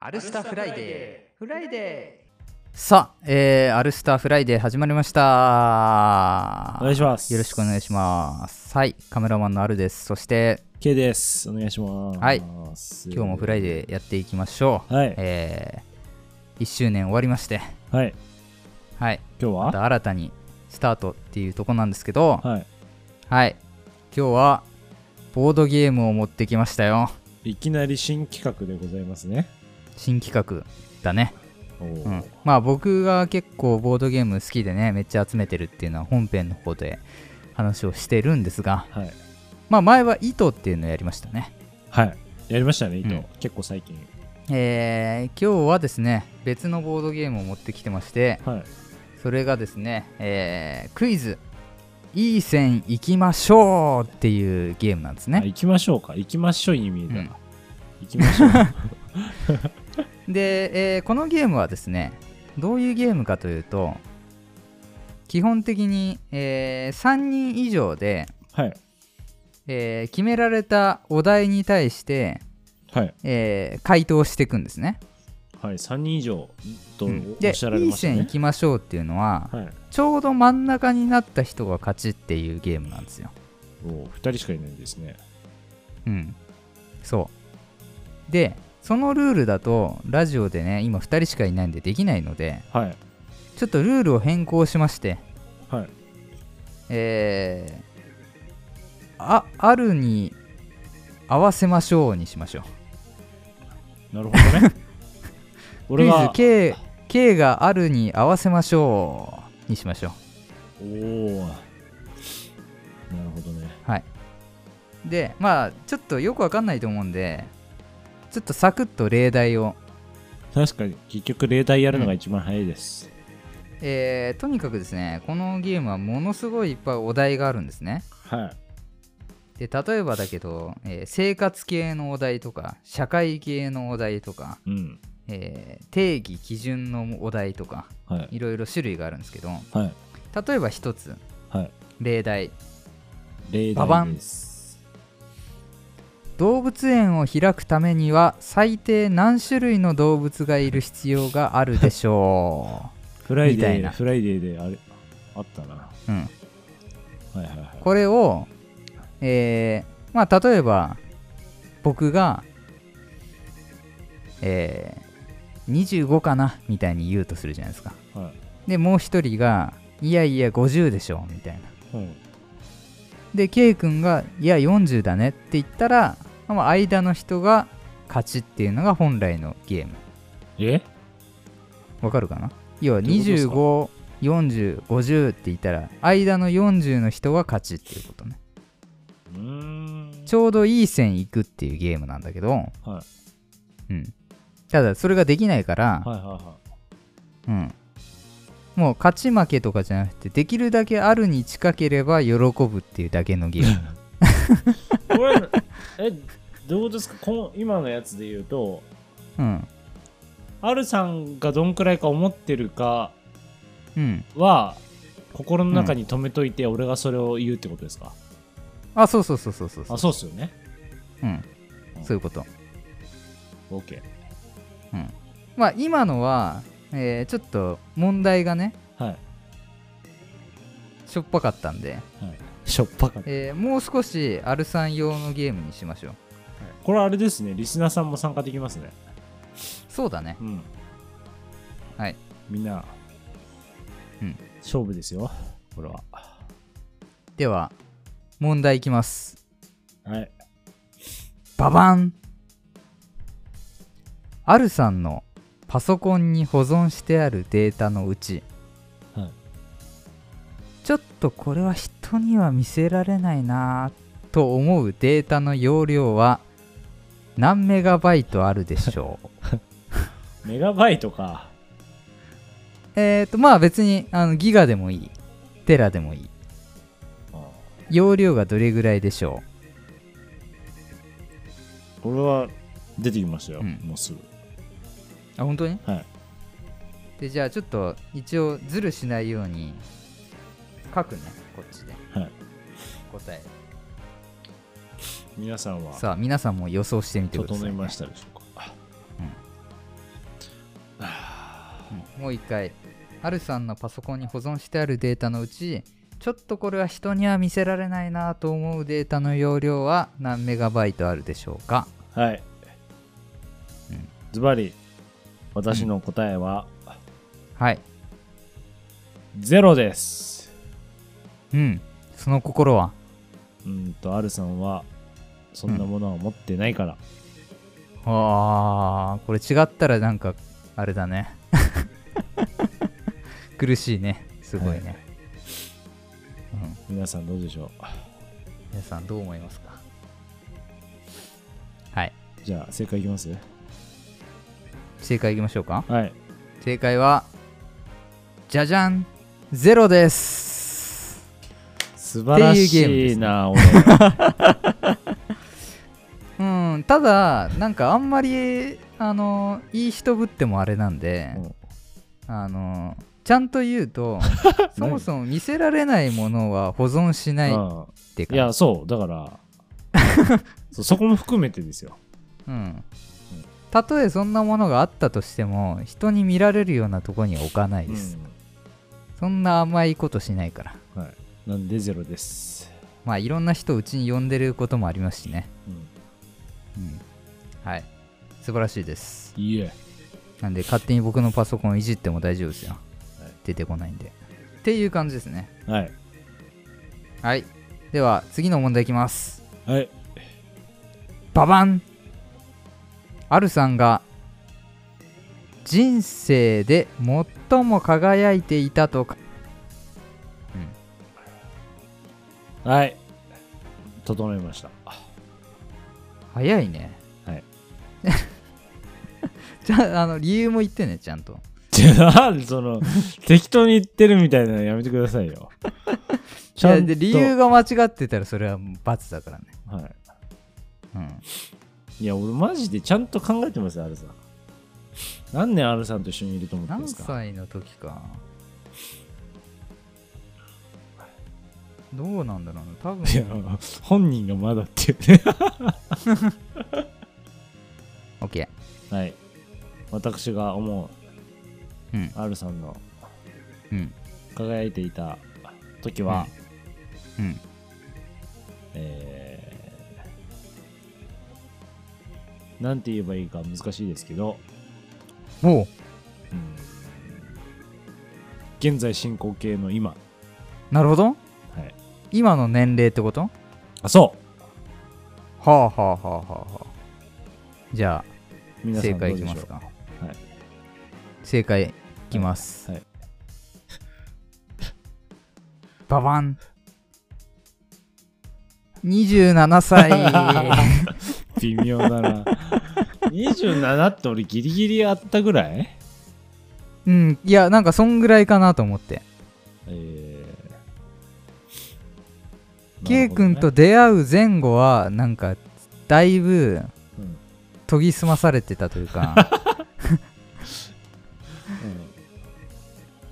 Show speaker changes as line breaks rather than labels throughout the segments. アルスターフライデー。フライデー。
さあ、えー、アルスターフライデー始まりました。
お願いします。
よろしくお願いします。はい、カメラマンのアルです。そして、
す。K です。お願いします。
はい
今日
今日もフライデーやっていきましょう。
はい
えー、1周年終わりまして、
はい。
はい、
今日
ま
は
た新たにスタートっていうとこなんですけど、はい、
は
今日は、ボードゲームを持ってきましたよ。
い。いきなり新企画でございますね。
新企画だね。
おー
うん、まあ僕が結構ボードゲーム好きでねめっちゃ集めてるっていうのは本編の方で話をしてるんですが
はい。
まあ前は糸っていうのをやりましたね
はい。やりましたね、伊藤。
うん
結構最近。
えー今日はですね別のボードゲームを持ってきてまして
はい。
それがですね、えークイズいい線行きましょうっていうゲームなんです
あ
ね、
行きましょうか。行きましょう、意味だ。
うん
行きま しょう。
で、えーこのゲームはですねどういうゲームかというと基本的に、え3人以上で
はい。
えー決められたお題に対して、
はい。
えー回答していくんですね。
はい。3人以上とお
うん
っ
で
しゃられ
いい
ました
線行
ね。
きましょうっていうのは、
はい。
ちょうど真ん中になった人が勝ちっていうゲームなんですよ。
お2人しかいないですね。
うん。そう。で、そのルールだと、ラジオでね、今2人しかいないんでできないので、
はい。
ちょっとルールを変更しまして、
はい。
えーあ、あるに合わせましょうにしましょう。
な るほどね。
ク
俺
イズ
は、
K, K があるに合わせましょうにしましょう
おーなるほどね。
でまあちょっとよくわかんないと思うんでちょっとサクッと例題を、
確かに、結局、例題やるのが一番早いです。
えーとにかくですねこのゲームはものすごいいっぱいお題があるんですね
はい。
で例えばだけど、えー生活系のお題とか社会系のお題とか、
うん。
えー定義基準のお題とか
はい。
いろいろ種類があるんですけど
はい。
例えば一つ
はい。
例題
例
ババン
題です。
動物園を開くためには最低何種類の動物がいる必要があるでしょ
フライ
みた
デ
い
ー、
な
フライデーであれ、あったな。は
う、うん、
いはいはい。
これを、えーまあ、例えば僕が、えー25かなみたいに言うとするじゃないですか
はい。
でもう一人がいやいや50でしょみたいな
はい、
で K 君がいや40だねって言ったら、まあ、間の人が勝ちっていうのが本来のゲーム
え
わかるかな要は
どういう
254050って言ったら間の40の人が勝ちっていうことね
うーん。
ちょうどいい線いくっていうゲームなんだけど、
は
うん、ただそれができないから、
いはいはいは
うん、もう勝ち負けとかじゃなくてできるだけあるに近ければ喜ぶっていうだけのゲ ーム
い。これ、え、どうですかこの今のやつで言うと、
うん
あるさんがどんくらいか思ってるか
うん
は、心の中に留めといて、俺がそれを言うってことですか、
あそうそうそうそうそうそう
あ、そうっすよね。
うん、そういうこと、
オッケー
うん、まあ今のは、えーちょっと問題がね
はい。
しょっぱかったんで
はい。しょっぱかった。
えーもう少しアルさん用のゲームにしましょう
これあれですね、リスナーさんも参加できますね。
そうだね
うん。
はい
みんな、
うん、
勝負ですよ、これは。
では問題いきます
はい。
ババンアルさんのパソコンに保存してあるデータのうち、
はい
ちょっとこれは人には見せられないなぁと思うデータの容量は何メガバイトあるでしょう
メガバイトか。
えっとまあ別にあのギガでもいいテラでもいい
あ
容量がどれぐらいでしょう
これは出てきましたよ、
うん
もうすぐ。
あ本当に
はい
でじゃあちょっと一応ズルしないように書くねこっちで
はい
答え
皆さんは
さあ皆さんも予想してみてください、
整
ね、
いましたでしょうか。
もう一回ハルさんのパソコンに保存してあるデータのうちちょっとこれは人には見せられないなと思うデータの容量は何メガバイトあるでしょうか
はい
うん。
ズバリ、私の答えは、
はい
ゼロです。
うんその心は
うんと、R さんは、そんなものは持ってないから。
あーこれ違ったらなんかあれだね 苦しいねすごいね、
は
うん、
皆さんどうでしょ
皆さんどう思いますかはいう
じゃあ、正解いきます
正解いきましょうか
はい。
正解はじゃじゃんゼロです
素晴ら
っていうゲームで
し
す
い
ね
な、俺。
うんただなんかあんまりあのいい人ぶってもあれなんで、
うん
あのちゃんと言う とそもそも見せられないものは保存しないっ
うん
てか
いや、そう、だ から、そうそこも含めてですよ。
うんたとえそんなものがあったとしても人に見られるようなとこには置かないです、そんな甘いことしないから
うんはい。なんでゼロです。
まあいろんな人をうちに呼んでることもありますしね
うん
うんはい素晴らしいです
いいえ。
なんで勝手に僕のパソコンいじっても大丈夫ですよ、
い
出てこないんでっていう感じですね
はい。
はいでは次の問題いきます
はい。
ババンアルさんが人生で最も輝いていたとか、
はい。整いました。
早いね
はい
じゃああの理由も言ってねちゃんと
じゃあ、なんでそ の、適当に言ってるみたいなのやめてくださいよ。ち
い
ゃ
や
んと。
で理由が間違ってたらそれは罰だからね、
は
うん、
い。いや、俺マジでちゃんと考えてますよ、アルさん。何年アルさんと一緒にいると思ってま
何
すか
歳の時かどうなんだろうな多分
いや、本人がまだっていうね。
OK
はい。私が思
うん
う、アルさんの
うん
輝いていた時は、
うん
えー、なんて言えばいいか難しいですけど、
おう
うん現在進行形の今、
なるほど
はい、
今の年齢ってこと
あそう
はあはあはあはあはあじゃあ
皆さ
正
んどう
解い
で
き
しょう
ますか
はい
正解いきます、
はい
ババン27歳
微妙だな27って俺ギリギリあったぐらい
うんいやなんかそんぐらいかなと思って
え ー
K 君と
なる
出会う前後はなんかだいぶ
ほどね
研ぎ澄まされてたという か
うんうん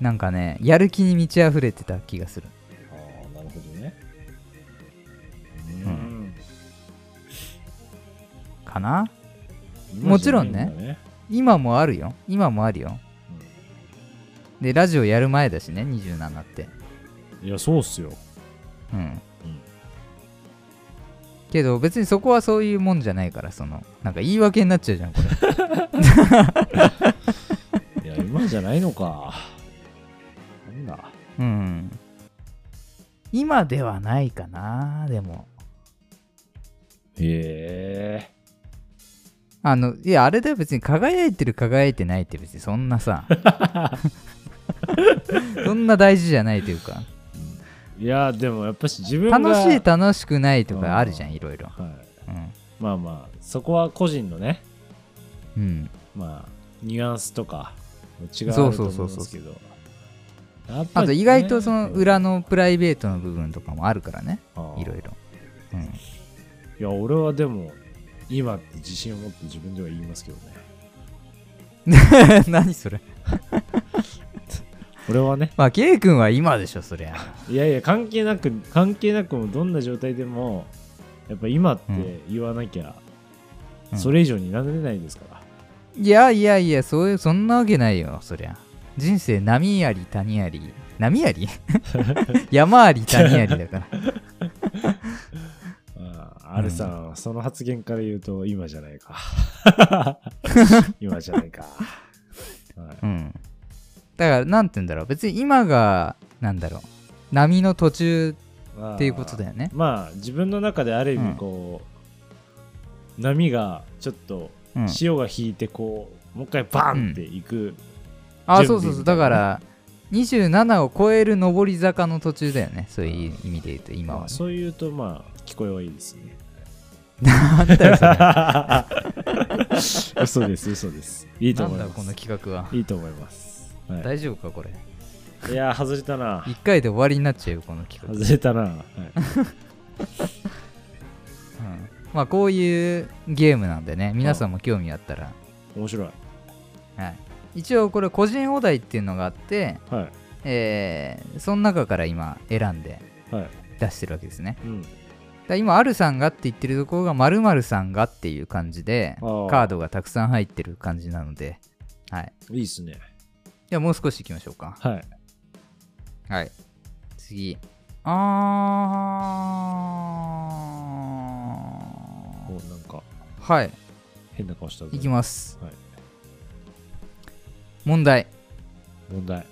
なんかねやる気に満ち溢れてた気がする
ああなるほどね
う
うん
かな
今
も
じ
ち
ゃな
ろ
い
ん
だ
ね今もあるよ今もあるよでラジオやる前だしね27って
うんいやそうっすよ
うん、けど別にそこはそういうもんじゃないからそのなんか言い訳になっちゃうじゃん これ
いや今じゃないのかなんだ
うん今ではないかなでも
へえ
あのいやあれだよ別に輝いてる輝いてないって別にそんな さそんな大事じゃないというか
いやでもやっぱし自分が
楽しい楽しくないとかあるじゃんいろいろう
はい、
ん、
まあまあそこは個人のね
うん、
まあニュアンスとか違う
そ
と
うそう
思
そううんそう
ですけどやっ
あ
ぱり
と
ね
意外とその裏のプライベートの部分とかもあるからね
ああ
いろいろ、うん、
いや俺はでも今って自信を持って自分では言いますけどね
何それ
俺はね
まあ K 君は今でしょそりゃ
いやいや関係なく関係なくもどんな状態でもやっぱ今って言わなきゃ、
うん
それ以上になれないですから、
いやいやいやそういうそんなわけないよそりゃ人生波あり谷あり波あ り山あり谷ありだから
あーあれさん、その発言から言うと今じゃないか 今じゃないか、はい
うんだからなんて言うんだろう別に今がなんだろう波の途中
まあ
っていうことだよね
まあ自分の中である意
うん
味こう、波がちょっと
うん
潮が引いてこう、もう一回バンっていく、
あ
準備
そうそうそう
みた
だ
いな
か
ね
ら27を超える上り坂の途中だよねそういう意味で言うと今
ま
は
あ、
ね、
そういうとまあ聞こえはいいですね
なんだよそれ
嘘です嘘ですいいと
なん
思い
だ
ま
この
す
企画はい
いと思います、は
大丈夫かこれ
い、いやー外れたな
1回で終わりになっちゃうよこの企画、
外れたな、はい、
うんまあこういうゲームなんでね皆さんも興味あったら、
面白い
はい、一応これ個人お題っていうのがあって、
は
えーその中から今選んで
いはい
出してるわけですね
うん
だから今あるさんがって言ってるところが〇〇さんがっていう感じで
あー
カードがたくさん入ってる感じなのではい
いいっすね
ではもう少しいきましょうか
はい
はい。次。あ
こうなんか
ー。はい。
変な顔したぞ
いきます。
はい
問題。
問題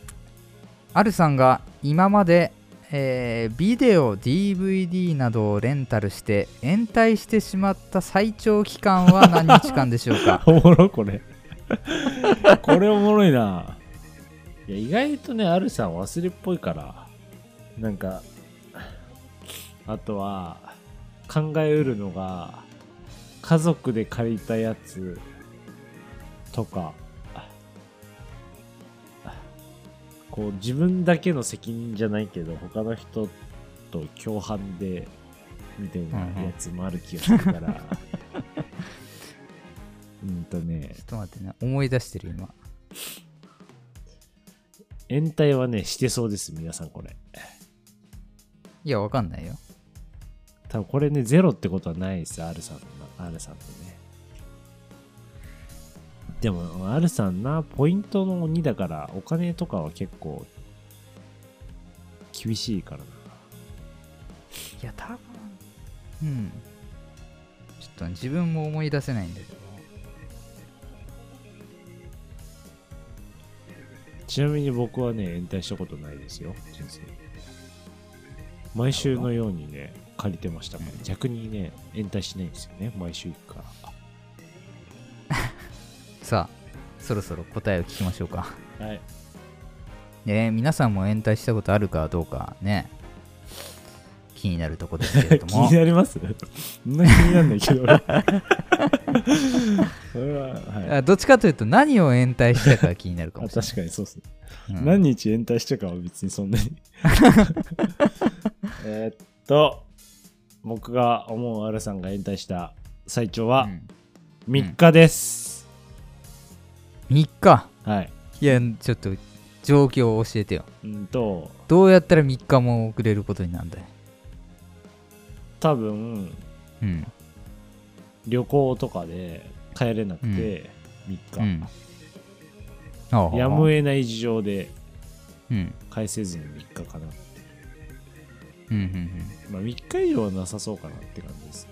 あるさんが今まで、えービデオ、DVD などをレンタルして延滞してしまった最長期間は何日間でしょう か
おもろこれこれおもろいないや意外とねあるさん忘れっぽいからなんかあとは考えうるのが家族で借りたやつとかこう自分だけの責任じゃないけど他の人と共犯でみたいなやつもある気がするから うんとね
ちょっと待ってね。思い出してる今。
延滞はね、してそうです、皆さんこれ。
いや、わかんないよ。
多分これね、ゼロってことはないです、R さんの、R さんとね。でも、R さんな、ポイントの鬼だから、お金とかは結構、厳しいからな。
いや、多分。うん。ちょっと自分も思い出せないんだけど。
ちなみに僕はね、延滞したことないですよ、人生。毎週のようにね、借りてましたから、逆にね、延滞しないんですよね、毎週行くから。
さあ、そろそろ答えを聞きましょうか。
はい。
ねえ皆さんも延滞したことあるかどうかね気になるとこですけれど
気
も
になりますそんな気になんないけど俺それは、はい、
あどっちかというと何を延滞したか気になるか
あ
もしれ
確かにそうっすね、
ない、うん
何日延滞したかは別にそん なにえーっと僕が思うアルさんが延滞した最長は
うん
3日です、
3日
はい
いやちょっと状況を教えてよ
うんと
どうやったら3日も遅れることになるんだよ、
多分
うん
旅行とかで帰れなくて
う
3
ん、あ
日、
あ
やむを得ない事情で
うん
返せずに3日かな
うんうんうん
まあ、3日以上はなさそうかなって感じです。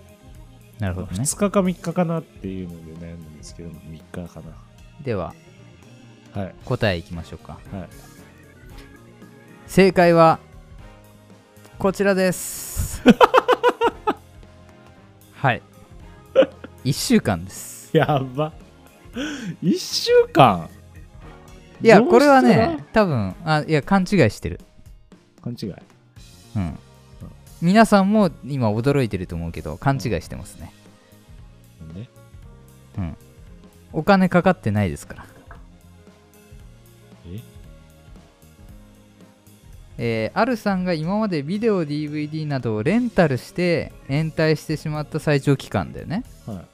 なるほどね
2日か3日かなっていうので悩んだんですけど、3日かな。
では
はい。
答えいきましょうか
はい。
正解はこちらです はい1週間です
やば。1週間
いや
どう
これは
した
ね
ら
多分あいや勘違いしてる
勘違い。
うん皆さんも今驚いてると思うけど勘違いしてますね
なんで
お金かかってないですから
え
えー、あるさんが今までビデオ DVD などをレンタルして延滞してしまった最長期間だよね
は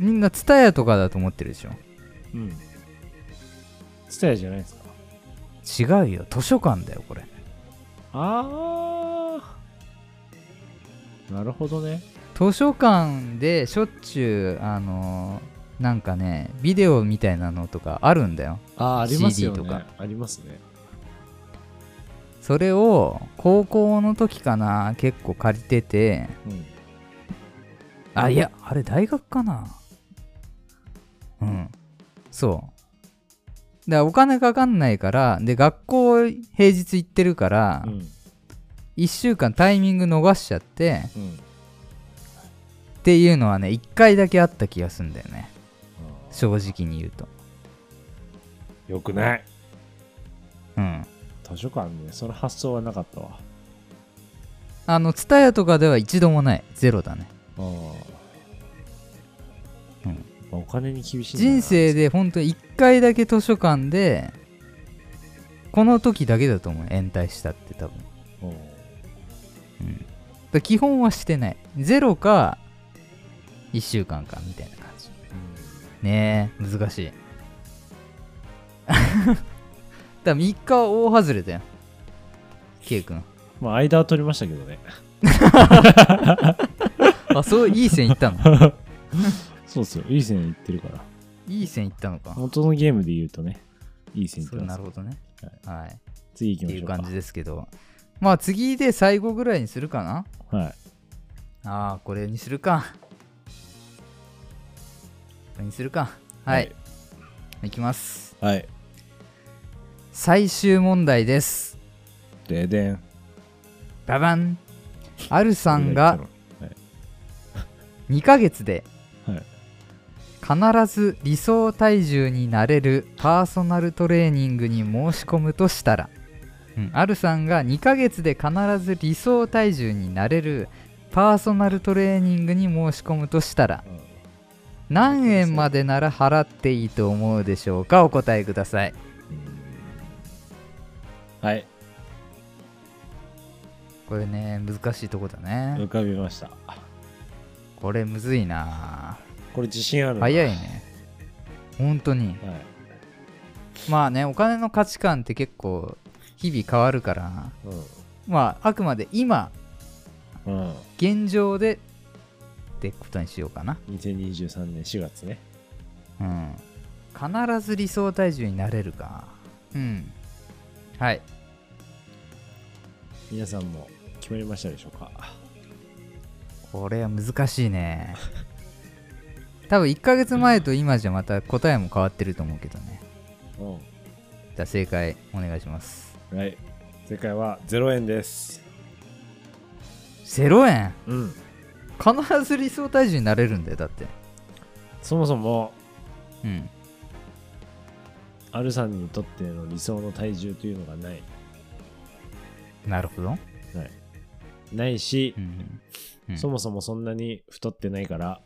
みんな TSUTAYA とかだと思ってるでしょ
い。うん。ツタヤじゃないですか。
違うよ図書館だよこれ
あー。なるほどね。
図書館でしょっちゅうあのーなんかねビデオみたいなのとかあるんだよ
あーありますよね
CD とか
ありますね
それを高校の時かな結構借りてて
うん
あいやあれ大学かなうんそうだからお金かかんないからで学校平日行ってるから、
うん
1週間タイミング逃しちゃって
うん
っていうのはね1回だけあった気がするんだよね
あ
正直に言うと
ーよくない
うん
図書館ねその発想はなかったわ
あの TSUTAYA とかでは一度もないゼロだね
あー
うん
やっぱお金に厳しいんだな
人生で本当に1回だけ図書館でこの時だけだと思う延滞したって多分だか
うん
ら基本はしてないゼロか1週間かみたいな感じねえ難しい だ3日は大外れだよ K 君
まあ間は取りましたけどね
あそういい線いったの
そうっすよいい線いってるから
いい線いったのか
元のゲームで言うとねい い線いって
そう
ま
な
す
るほどねはい、
次行き
っ
ま
て
し
い
ょ
う
うか
感じですけどまあ次で最後ぐらいにするかな
はい
ああこれにするかこれにするかはい、い、きます
はい
最終問題です
ででん
ババンアルさんが
はい
2ヶ月で
はい
必ず理想体重になれるパーソナルトレーニングに申し込むとしたら、うん、アルさんが2ヶ月で必ず理想体重になれるパーソナルトレーニングに申し込むとしたら
うん
何円までなら払っていいと思うでしょうかお答えください
はい
これね難しいとこだね
浮かびました
これむずいな
これ自信あるな
早いね本当に
はい
まあねお金の価値観って結構日々変わるからまああくまで今
うん、うん、
現状でってことにしようかな
2023年4月ね
うん必ず理想体重になれるかうんはい
皆さんも決まりましたでしょうか
これは難しいね多分1ヶ月前と今じゃまた答えも変わってると思うけどね
う
じゃあ正解お願いします
んはい正解は0円です
0円
うん
必ず理想体重になれるんだよだって
そもそも
うん
アルさんにとっての理想の体重というのがない
なるほど、
ないし
う、んうん、
そもそもそんなに太ってないから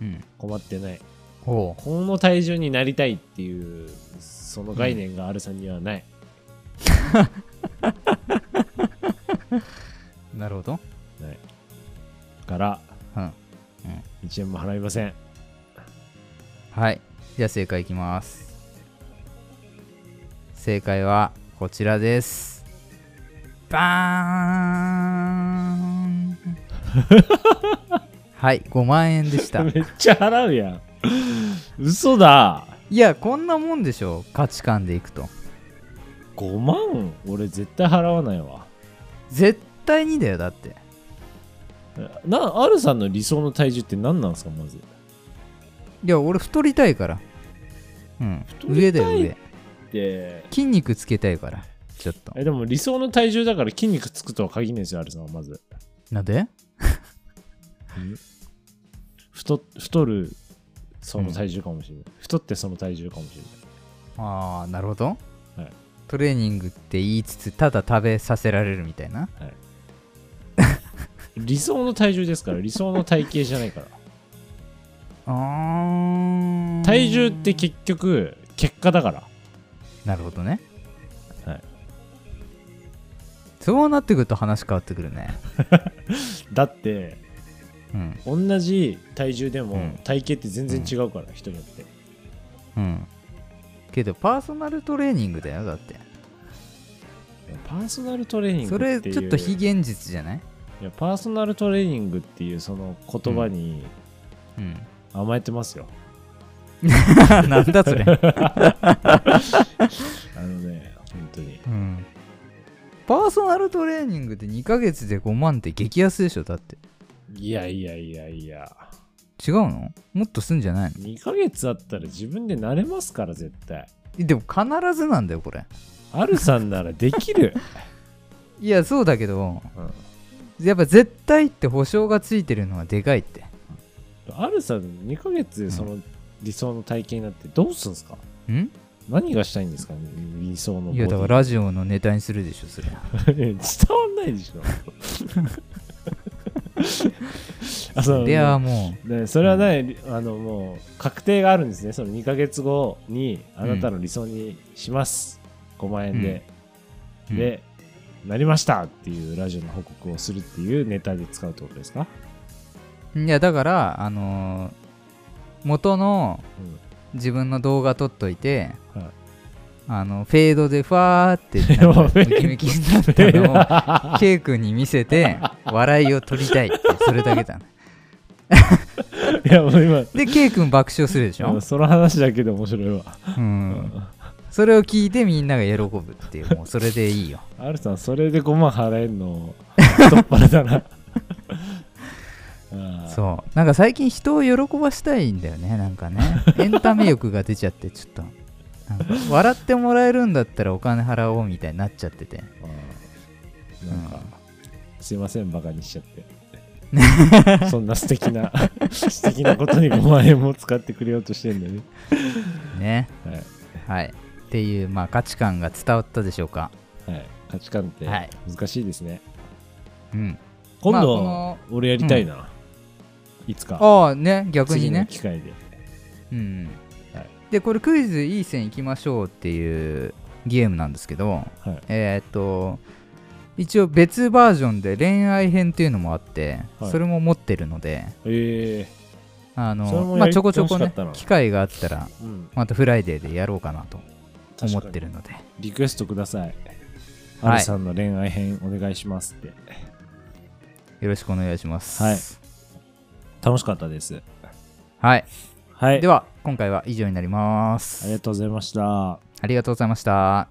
うん
困ってない
ほう
この体重になりたいっていうその概念がアルさんにはない、
なるほど
から
うん
1円も払いません
はいじゃあ正解いきます正解はこちらですバーンはい5万円でした
めっちゃ払うやん嘘だ
いやこんなもんでしょう価値観でいくと
5万俺絶対払わないわ
絶対にだよだって
なアルさんの理想の体重って何なんですかまず
いや俺太りたいからうん
太りたい
上だよ上
で
筋肉つけたいからちょっと
えでも理想の体重だから筋肉つくとは限らないですよアルさんはまず
なんで
太太るその体重かもしれない、太ってその体重かもしれない
ああなるほど、
はい
トレーニングって言いつつただ食べさせられるみたいな
理想の体重ですから理想の体型じゃないから
あー
体重って結局結果だから
なるほどね
はい
そうなってくると話変わってくるね
だって
うん
同じ体重で
う
も
ん
体型って全然違うから、人によって
うんけどパーソナルトレーニングだよだって
パーソナルトレーニング
そ
って
れ
いう
ちょっと非現実じゃない
いやパーソナルトレーニングっていうその言葉に
うん
甘えてますよ、
なんだそれ、
あのね、本当に。
うん、パーソナルトレーニングで2ヶ月で5万って激安でしょだって
いやいやいやいや。
違うのもっとすんじゃないの
2ヶ月あったら自分で慣れますから、絶対。
えでも必ずなんだよこれ
アルさんならで きる。
いやそうだけど
うん
やっぱ絶対って保証がついてるのはでかいって
アルさん、2ヶ月でその理想の体型になってどうすんすか
ん
何がしたいんですか理想のボディ
いやだからラジオのネタにするでしょそれ
伝わんない でしょあそう
ではも
ね、それはね、あのもう確定があるんですねその2ヶ月後にあなたの理想にします、5万円で、
うん
で、なりましたっていうラジオの報告をするっていうネタで使うってことですか、
ういやだからあのー元の
う
自分の動画撮っといて、
はい
あのフェードでファーって
い やもう
なんかムキムキになったの を K 君に見せて笑いを取りたいってそれだけだ、ね、
ん、いやもう今
で K 君爆笑するでしょ、
その話だけで面白いわ、
うん、それを聞いてみんなが喜ぶっていうもうそれでいいよ
アルさんそれで5万払える の太っ腹だなああ
そうなんか最近人を喜ばしたいんだよねなんかねエンタメ欲が出ちゃってちょっとなんか笑ってもらえるんだったらお金払おうみたいになっちゃってて
あーなんか、すいませんバカにしちゃって そんな素敵な 素敵なことに5万円も使ってくれようとしてんだよね、
ね
はい
はいっていうまあ価値観が伝わったでしょうか
はい、価値観って
はい
難しいですね、
うん
今度、
まあこ
俺やりたいな、いつか
ああね逆にね
次の機会で
うん
はい
でこれクイズいい線いきましょうっていうゲームなんですけど、
はい
えーっと一応別バージョンで恋愛編っていうのもあって、
はい
それも持ってるので
え
あ
それ
の
もや
まあ
り
ちょこちょこ
楽
ね
しかったな
機会があったら
えうん
またフライデーでやろうかなと思って
る
るので
リクエストください
はい
アルさんの恋愛編お願いしますって、
よろしくお願いします
はい楽しかったです
はい、
はい
では今回は以上になります
ありがとうございました
ありがとうございました